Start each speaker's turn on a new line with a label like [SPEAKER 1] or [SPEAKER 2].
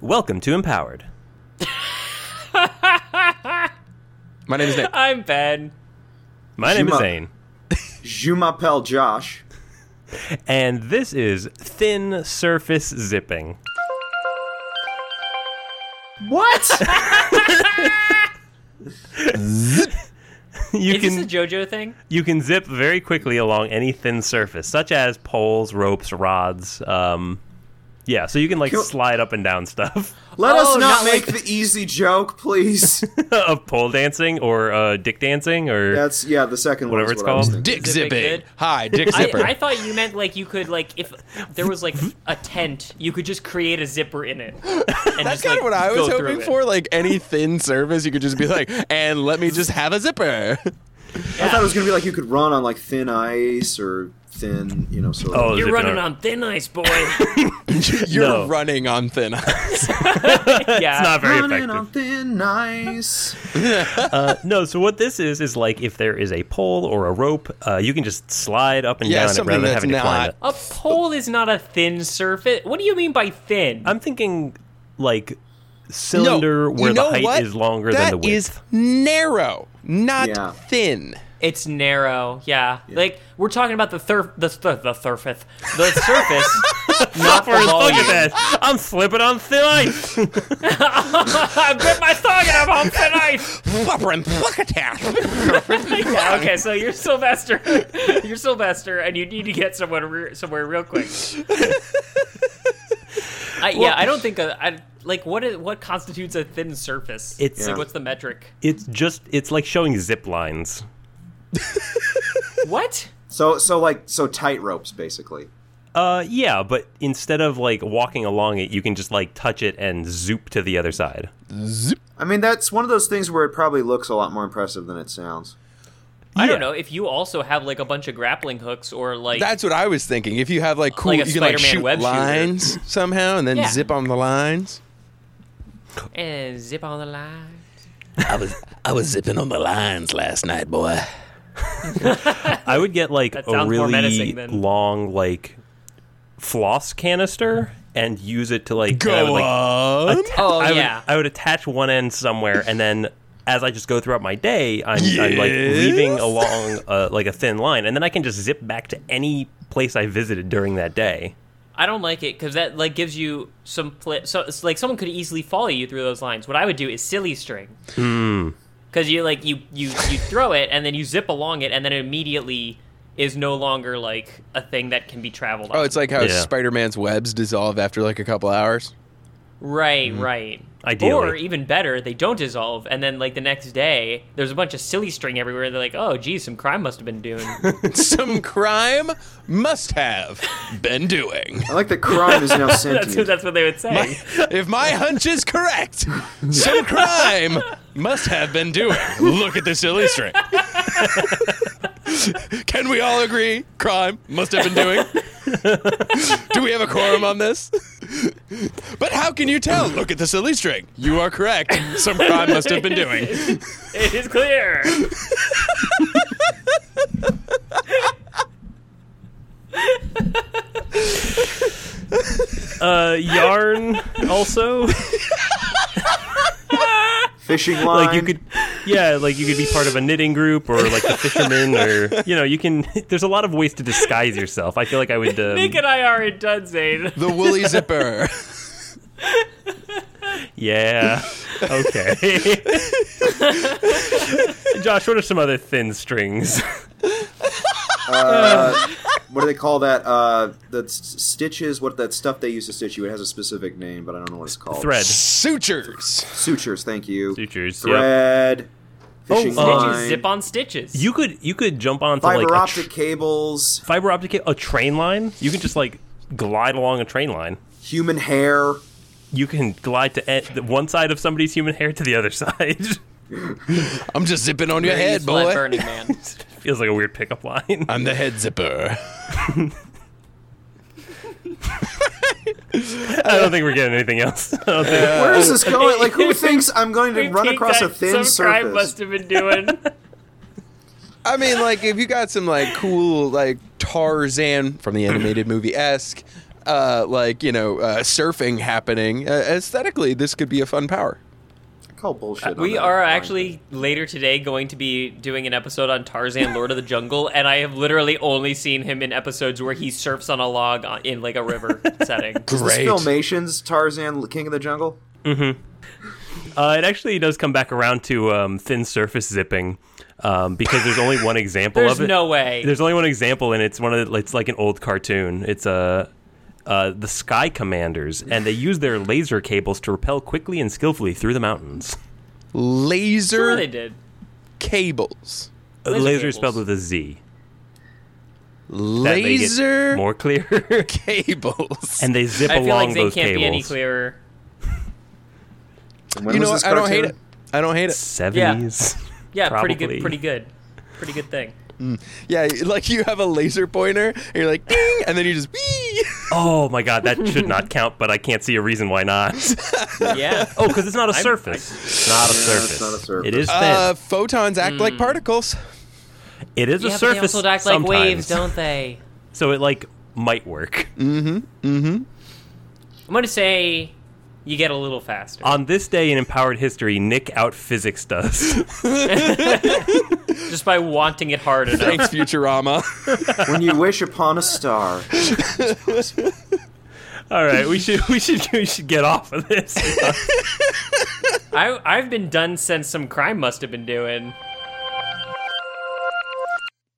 [SPEAKER 1] Welcome to Empowered.
[SPEAKER 2] My name is Nick.
[SPEAKER 3] I'm Ben.
[SPEAKER 1] My name is
[SPEAKER 4] Shima.
[SPEAKER 1] Zane,
[SPEAKER 4] Je m'appelle Josh.
[SPEAKER 1] and this is Thin Surface Zipping.
[SPEAKER 4] What?
[SPEAKER 1] You
[SPEAKER 3] is
[SPEAKER 1] can
[SPEAKER 3] this a JoJo thing?
[SPEAKER 1] you can zip very quickly along any thin surface, such as poles, ropes, rods. Um, yeah, so you can like
[SPEAKER 4] Cool.
[SPEAKER 1] slide up and down stuff
[SPEAKER 4] Let
[SPEAKER 3] Oh,
[SPEAKER 4] us
[SPEAKER 3] not
[SPEAKER 4] not, make the easy joke, please.
[SPEAKER 1] of pole dancing or uh, dick dancing or
[SPEAKER 4] That's yeah, the second
[SPEAKER 1] Whatever
[SPEAKER 4] one.
[SPEAKER 1] it's
[SPEAKER 4] is what I was
[SPEAKER 1] called.
[SPEAKER 4] thinking.
[SPEAKER 2] Dick
[SPEAKER 3] Is it
[SPEAKER 2] zipping.
[SPEAKER 3] big good?
[SPEAKER 2] Hi, Dick
[SPEAKER 3] I,
[SPEAKER 2] Zipper.
[SPEAKER 3] I thought you meant like you could like if there was like a tent, you could just create a zipper in it. And
[SPEAKER 2] That's
[SPEAKER 3] That's
[SPEAKER 2] kind of what I was hoping for.
[SPEAKER 3] It.
[SPEAKER 2] Like any thin surface, you could just be like, and let me just have a zipper.
[SPEAKER 4] I thought it was gonna be like you could run on like thin ice or thin, you know, sort
[SPEAKER 1] Oh,
[SPEAKER 4] of.
[SPEAKER 3] You're
[SPEAKER 1] Zipping
[SPEAKER 3] running
[SPEAKER 1] around.
[SPEAKER 3] on thin ice, boy.
[SPEAKER 2] You're
[SPEAKER 1] No.
[SPEAKER 2] running on thin ice.
[SPEAKER 3] yeah.
[SPEAKER 1] it's not very
[SPEAKER 4] Running
[SPEAKER 1] effective.
[SPEAKER 4] on thin ice.
[SPEAKER 1] No, so what this is is like if there is a pole or a rope, uh, you can just slide up and
[SPEAKER 2] Yeah,
[SPEAKER 1] down it
[SPEAKER 2] something
[SPEAKER 1] rather than
[SPEAKER 2] that's
[SPEAKER 1] having to climb it.
[SPEAKER 2] not-
[SPEAKER 3] A pole is not a thin surface. What do you mean by thin?
[SPEAKER 1] I'm thinking like cylinder
[SPEAKER 2] no,
[SPEAKER 1] where
[SPEAKER 2] you know
[SPEAKER 1] the height
[SPEAKER 2] what?
[SPEAKER 1] is longer than the width.
[SPEAKER 2] That is narrow, not
[SPEAKER 4] Yeah.
[SPEAKER 2] thin.
[SPEAKER 3] it's narrow. Yeah. Like we're talking about the thir- the the, the surface, the surface, not the
[SPEAKER 1] Or Oh, look at
[SPEAKER 3] volume.
[SPEAKER 1] that! I'm slipping on thin ice.
[SPEAKER 3] I bit my thong and I'm on thin ice.
[SPEAKER 2] Whoppering pluckatat.
[SPEAKER 3] Yeah, okay, so you're Sylvester. You're Sylvester, and you need to get someone re- somewhere real quick. I, yeah, I don't think a, I like what is, what constitutes a thin surface.
[SPEAKER 1] It's-
[SPEAKER 3] like
[SPEAKER 4] Yeah.
[SPEAKER 3] what's the metric?
[SPEAKER 1] It's just it's like showing zip lines.
[SPEAKER 3] What?
[SPEAKER 4] So so like so tight ropes basically.
[SPEAKER 1] Uh, yeah, but instead of like walking along it, you can just like touch it and zoop to the other side.
[SPEAKER 4] I mean that's one of those things where it probably looks a lot more impressive than it sounds.
[SPEAKER 3] I
[SPEAKER 1] Yeah.
[SPEAKER 3] don't know if you also have like a bunch of grappling hooks or like
[SPEAKER 2] That's what I was thinking. If you have like cool,
[SPEAKER 3] Like a
[SPEAKER 2] you can like
[SPEAKER 3] Spider-Man
[SPEAKER 2] shoot
[SPEAKER 3] web shooter.
[SPEAKER 2] lines somehow, and then
[SPEAKER 3] Yeah.
[SPEAKER 2] zip on the lines.
[SPEAKER 3] eh, zip on the line.
[SPEAKER 2] I was I was zipping on the lines last night, boy.
[SPEAKER 1] I would get like
[SPEAKER 3] That
[SPEAKER 1] a
[SPEAKER 3] sounds more
[SPEAKER 1] really
[SPEAKER 3] menacing than-
[SPEAKER 1] long like floss canister and use it to like and I would,
[SPEAKER 2] Go
[SPEAKER 1] like,
[SPEAKER 2] on.
[SPEAKER 3] Oh
[SPEAKER 1] I would,
[SPEAKER 3] yeah.
[SPEAKER 1] I would attach one end somewhere, and then as I just go throughout my day, I'm, I'm like
[SPEAKER 2] Yes.
[SPEAKER 1] leaving along uh, like a thin line, and then I can just zip back to any place I visited during that day.
[SPEAKER 3] I don't like it because that like gives you some pla so it's like someone could easily follow you through those lines. What I would do is silly string. Because you like you you you throw it and then you zip along it and then it immediately is no longer like a thing that can be traveled.
[SPEAKER 2] Oh,
[SPEAKER 3] on.
[SPEAKER 2] it's like how
[SPEAKER 1] Yeah.
[SPEAKER 2] Spider-Man's webs dissolve after like a couple hours.
[SPEAKER 3] right, right.
[SPEAKER 1] Ideally.
[SPEAKER 3] or even better, they don't dissolve and then like the next day there's a bunch of silly string everywhere. they're like, oh, geez, some crime must have been doing.
[SPEAKER 2] Some crime must have been doing.
[SPEAKER 4] I like that crime is now
[SPEAKER 3] that's what,
[SPEAKER 4] sentient.
[SPEAKER 3] that's what they would say.
[SPEAKER 2] If my hunch is correct, some crime must have been doing. Look at this silly string. Can we all agree crime must have been doing? Do we have a quorum on this? But how can you tell? Look at the silly string. You are correct. Some crime must have been doing.
[SPEAKER 3] it is clear.
[SPEAKER 1] Uh, yarn also,
[SPEAKER 4] Fishing line.
[SPEAKER 1] like you could, yeah, like you could be part of a knitting group or like the fishermen, or you know, you can. There's a lot of ways to disguise yourself. I feel like I would. Um,
[SPEAKER 3] Nick and I are in Dunsane.
[SPEAKER 2] The woolly zipper.
[SPEAKER 1] Yeah. Okay. Josh, what are some other thin strings?
[SPEAKER 4] what do they call that? Uh, that s- stitches. What that stuff they use to stitch you? It has a specific name, but I don't know what it's called.
[SPEAKER 1] Thread.
[SPEAKER 2] Sutures.
[SPEAKER 4] Sutures. Thank you.
[SPEAKER 1] Sutures, yep.
[SPEAKER 4] Thread. Fishing
[SPEAKER 1] uh,
[SPEAKER 3] Did
[SPEAKER 4] line.
[SPEAKER 3] you zip on stitches?
[SPEAKER 1] You could you could jump onto
[SPEAKER 4] Fiber
[SPEAKER 1] like a
[SPEAKER 4] optic
[SPEAKER 1] tr-
[SPEAKER 4] cables.
[SPEAKER 1] fiber optic a train line. You can just like glide along a train line.
[SPEAKER 4] Human hair.
[SPEAKER 1] You can glide to e- the one side of somebody's human hair to the other side.
[SPEAKER 2] I'm just zipping on your
[SPEAKER 3] Very
[SPEAKER 2] head,
[SPEAKER 3] useful at
[SPEAKER 2] boy.
[SPEAKER 3] Burning Man.
[SPEAKER 1] Feels like a weird pickup line.
[SPEAKER 2] I'm the head zipper.
[SPEAKER 1] I don't think we're getting anything else. I don't think-
[SPEAKER 4] Where is this going? Like, who thinks I'm going to run across a thin
[SPEAKER 3] Some crime must
[SPEAKER 4] surface?
[SPEAKER 3] have been doing.
[SPEAKER 2] I mean, like if you got some like cool like Tarzan from the animated movie esque uh, like you know uh, surfing happening, uh, aesthetically this could be a fun power.
[SPEAKER 4] I call bullshit. on
[SPEAKER 3] Uh, We
[SPEAKER 4] that
[SPEAKER 3] are
[SPEAKER 4] line.
[SPEAKER 3] actually later today going to be doing an episode on Tarzan, Lord of the Jungle, and I have literally only seen him in episodes where he surfs on a log on- in like a river setting.
[SPEAKER 4] Is this Filmation's Tarzan, King of the Jungle.
[SPEAKER 1] Uh, it actually does come back around to um, thin surface zipping um, because there's only one example
[SPEAKER 3] There's
[SPEAKER 1] of it.
[SPEAKER 3] no way.
[SPEAKER 1] There's only one example, and it's one of the, it's like an old cartoon. It's uh, uh, the Sky Commanders, and they use their laser cables to rappel quickly and skillfully through the mountains.
[SPEAKER 3] sure
[SPEAKER 2] Laser
[SPEAKER 3] they did.
[SPEAKER 2] cables.
[SPEAKER 1] Laser,
[SPEAKER 3] Laser
[SPEAKER 1] is spelled
[SPEAKER 3] cables.
[SPEAKER 1] with a Z. That make it
[SPEAKER 2] Laser
[SPEAKER 1] more clear,
[SPEAKER 2] cables.
[SPEAKER 1] and they zip
[SPEAKER 3] I feel
[SPEAKER 1] along
[SPEAKER 3] like they
[SPEAKER 1] those
[SPEAKER 3] can't be any
[SPEAKER 1] cables.
[SPEAKER 3] clearer.
[SPEAKER 4] And when
[SPEAKER 2] you know,
[SPEAKER 4] was
[SPEAKER 2] what?
[SPEAKER 4] this
[SPEAKER 2] I don't hate it.
[SPEAKER 4] cartoon?
[SPEAKER 2] I don't hate it.
[SPEAKER 1] Seventies.
[SPEAKER 3] Yeah, pretty
[SPEAKER 1] Probably.
[SPEAKER 3] good. Pretty good. Pretty good thing.
[SPEAKER 2] Yeah, like you have a laser pointer, and you're like, ding, and then you just, wee.
[SPEAKER 1] Oh my god, that should not count, but I can't see a reason why not.
[SPEAKER 3] Yeah.
[SPEAKER 1] Oh, because it's not a surface. It's not a
[SPEAKER 4] Yeah, it's
[SPEAKER 1] surface.
[SPEAKER 4] not a surface.
[SPEAKER 1] It is thin.
[SPEAKER 2] Uh, photons act like particles.
[SPEAKER 1] it is a
[SPEAKER 3] yeah, but they
[SPEAKER 1] surface.
[SPEAKER 3] also act like
[SPEAKER 1] sometimes.
[SPEAKER 3] waves, don't they?
[SPEAKER 1] So it like might work.
[SPEAKER 4] Mm.
[SPEAKER 3] I'm gonna say you get a little faster.
[SPEAKER 1] On this day in empowered history, Nick out physics us.
[SPEAKER 3] just by wanting it hard enough.
[SPEAKER 2] Thanks, Futurama.
[SPEAKER 4] when you wish upon a star.
[SPEAKER 1] All right, we should we should we should get off of this.
[SPEAKER 3] I, I've been done since some crime must have been doing.